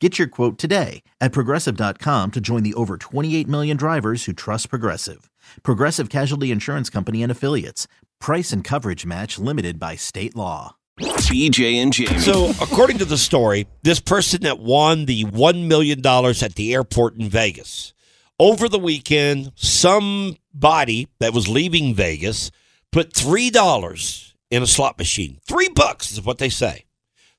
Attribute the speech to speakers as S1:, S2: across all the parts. S1: Get your quote today at progressive.com to join the over 28 million drivers who trust Progressive. Progressive Casualty Insurance Company and Affiliates. Price and coverage match limited by state law.
S2: BJ and Jamie.
S3: So, according to the story, this person that won the $1 million at the airport in Vegas, over the weekend, somebody that was leaving Vegas put $3 in a slot machine. Three bucks is what they say.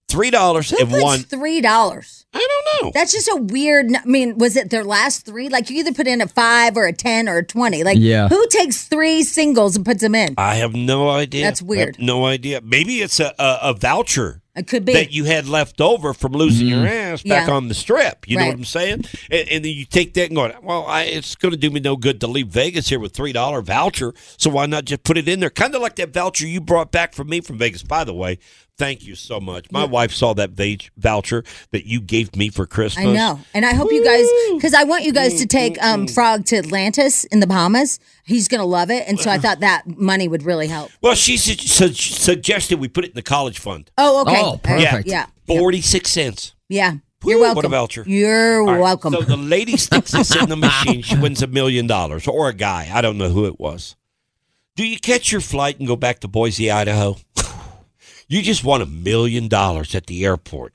S3: $3
S4: Who
S3: and
S4: puts
S3: won.
S4: three dollars?
S3: I don't know.
S4: That's just a weird. n- I mean, was it their last three? Like you either put in a five or a ten or a twenty. Like
S5: Yeah.
S4: who takes three singles and puts them in?
S3: I have no idea. I
S4: That's
S3: have
S4: weird.
S3: No idea. Maybe it's a, a, a voucher
S4: It could be.
S3: that you had left over from losing your ass back
S4: Mm-hmm. Yeah.
S3: on the strip. You know
S4: Right.
S3: what I'm saying? And, and then you take that and go, well, I, it's going to do me no good to leave Vegas here with three dollar voucher. So why not just put it in there? Kind of like that voucher you brought back from me from Vegas. By the way, thank you so much. My wife saw that va- voucher that you gave me for Christmas.
S4: I know, and I hope you guys, because I want you guys to
S3: Mm,
S4: take um, Frog to Atlantis in the Bahamas. He's gonna love it, and so I thought that money would really help.
S3: Well, she su- su- suggested we put it in the college fund.
S4: Oh, okay.
S5: Oh,
S4: All right.
S5: perfect.
S4: Yeah, yeah,
S3: Forty six cents.
S4: yeah.
S3: Woo,
S4: You're
S3: what a
S4: welcome.
S3: voucher.
S4: You're
S3: All right,
S4: welcome.
S3: So the lady sticks this in the machine. She wins a million dollars, or a guy. I don't know who it was. Do you catch your flight and go back to Boise, Idaho? you just won a million dollars at the airport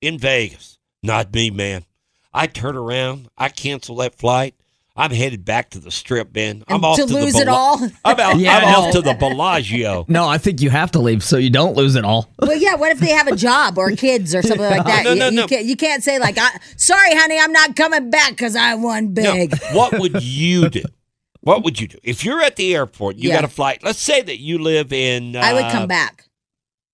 S3: in Vegas. Not me, man. I turn around. I cancel that flight. I'm headed back to the strip, man. I'm
S4: And
S3: off
S4: to
S3: to, the
S4: lose it
S3: Bella-
S4: all?
S3: I'm, out,
S5: Yeah,
S3: I'm
S5: I know.
S3: off to the Bellagio.
S5: No, I think you have to leave so you don't lose it all.
S4: Well, yeah. What if they have a job or kids or something like that?
S3: No,
S4: you,
S3: no,
S4: you
S3: no.
S4: Can't, you can't say like, I, "Sorry, honey, I'm not coming back because I won
S3: Now,
S4: big."
S3: what would you do? What would you do if you're at the airport? You
S4: Yeah.
S3: got a flight. Let's say that you live in. Uh,
S4: I would come back.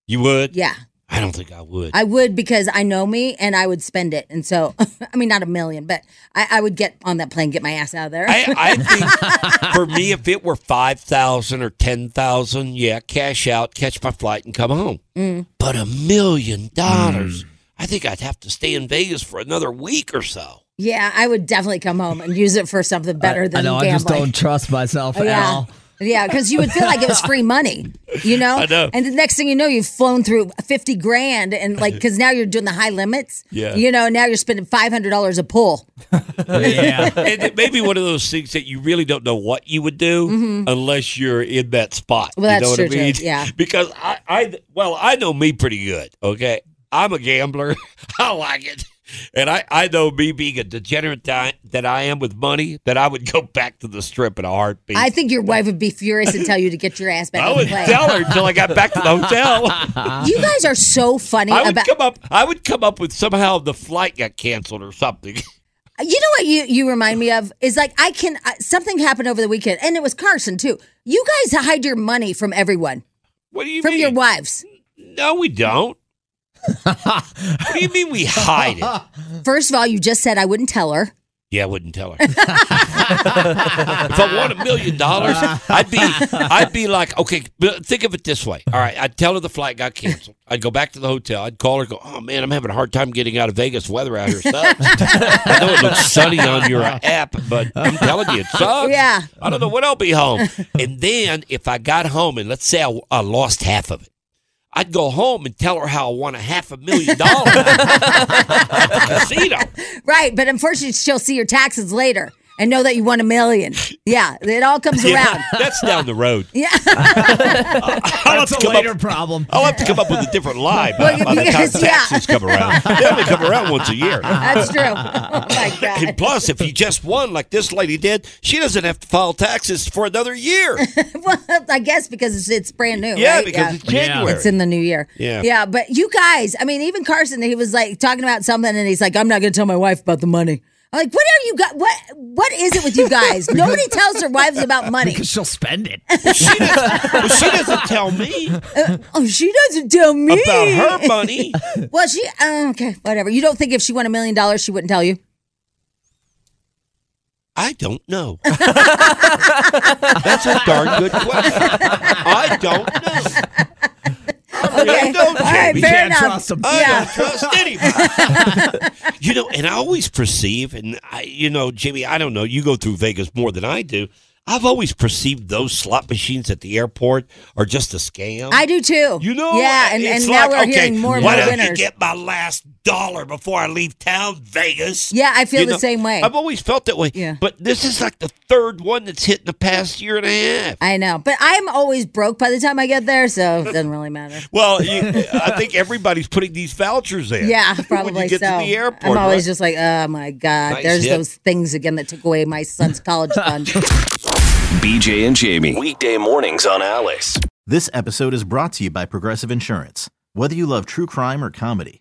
S3: You would?
S4: Yeah,
S3: I don't think I would.
S4: I would because I know me and I would spend it. And so, I mean, not a million, but I, I would get on that plane, get my ass out of there.
S3: I, I think for me, if it were five thousand or ten thousand, yeah, cash out, catch my flight, and come home.
S4: Mm.
S3: But a million dollars, I think I'd have to stay in Vegas for another week or so.
S4: yeah, I would definitely come home and use it for something better
S5: I,
S4: than
S5: I know.
S4: gambling.
S5: I just don't trust myself at
S4: Oh, yeah.
S5: all.
S4: Yeah, because you would feel like it was free money, you know?
S3: I know.
S4: And the next thing you know, you've flown through 50 grand and like, because now you're doing the high limits.
S3: Yeah.
S4: You know, now you're spending $500 a pull.
S5: Yeah.
S3: And it may be one of those things that you really don't know what you would do unless you're in that spot.
S4: Mm-hmm. Well,
S3: you know
S4: that's
S3: what
S4: true,
S3: I
S4: too.
S3: mean?
S4: Yeah.
S3: Because I, I, well, I know me pretty good. Okay, I'm a gambler. I like it, and I, I know me being a degenerate di- that I am with money that I would go back to the strip in a heartbeat.
S4: I think your wife would be furious and tell you to get your ass back
S3: I
S4: on the
S3: would
S4: plane.
S3: tell her until I got back to the hotel.
S4: you guys are so funny
S3: I would
S4: about.
S3: come up. I would come up with somehow the flight got canceled or something.
S4: You know what you you remind me of is like I can uh, something happened over the weekend and it was Carson too. You guys hide your money from everyone,
S3: What do you
S4: from
S3: mean?
S4: your wives.
S3: No, we don't. what do you mean we hide it?
S4: First of all, you just said I wouldn't tell her.
S3: Yeah, I wouldn't tell her. if I won a million dollars, I'd be I'd be like, okay, but think of it this way. All right, I'd tell her the flight got canceled. I'd go back to the hotel. I'd call her, go, oh man, I'm having a hard time getting out of Vegas. Weather out here sucks. I know it looks sunny on your app, but I'm telling you, it sucks.
S4: Yeah.
S3: I don't know when I'll be home. And then if I got home and let's say I, I lost half of it. I'd go home and tell her how I won a half a million dollars at the casino.
S4: Right, but unfortunately, she'll see your taxes later, and know that you won a million. Yeah, it all comes around.
S3: That's down the road.
S4: Yeah.
S3: I'll, have
S5: That's
S3: to
S5: a
S3: come up,
S5: later problem.
S3: I'll have to come up with a different lie by,
S4: Well,
S3: by the time
S4: because- yeah.
S3: taxes come around. They only come around once a year.
S4: That's true. Oh my
S3: And
S4: God.
S3: plus, if you just won like this lady did, she doesn't have to file taxes for another year.
S4: Well, I guess because it's, it's brand new.
S3: Yeah,
S4: right?
S3: because it's January.
S4: It's in the new year.
S3: Yeah.
S4: Yeah. But you guys, I mean, even Carson, he was like talking about something and he's like, I'm not going to tell my wife about the money. I'm like, what are you got? What, what is it with you guys? Nobody tells their wives about money.
S5: Because she'll spend it.
S3: she, doesn't, well, she doesn't tell me
S4: Oh, she doesn't tell me.
S3: about her money.
S4: Well, she, uh, okay, whatever. You don't think if she won a million dollars, she wouldn't tell you?
S3: I don't know. That's a darn good question. I don't know. I really
S4: Okay.
S3: don't,
S4: All right,
S3: Jamie.
S4: fair
S5: can't
S4: enough.
S5: trust 'em.
S3: I
S4: yeah.
S3: don't trust anybody. you know, and I always perceive, and I, you know, Jimmy, I don't know. You go through Vegas more than I do. I've always perceived those slot machines at the airport are just a scam.
S4: I do too.
S3: you know,
S4: yeah, and,
S3: it's
S4: and now
S3: like,
S4: we're
S3: okay,
S4: hearing more and
S3: why
S4: more
S3: don't you
S4: winners.
S3: get my last dollar before I leave town, Vegas?
S4: yeah, I feel
S3: You
S4: the
S3: know,
S4: same way.
S3: I've always felt that way.
S4: Yeah.
S3: But this is like the third one that's hit in the past year and a half.
S4: I know, but I'm always broke by the time I get there, so it doesn't really matter.
S3: Well, you, I think everybody's putting these vouchers in.
S4: Yeah, probably
S3: when you get to
S4: so.
S3: the airport,
S4: I'm always
S3: right?
S4: just like, oh my god,
S3: Nice
S4: there's
S3: hit.
S4: those things again that took away my son's college fund.
S2: BJ and Jamie. Weekday mornings on Alice.
S1: This episode is brought to you by Progressive Insurance. Whether you love true crime or comedy,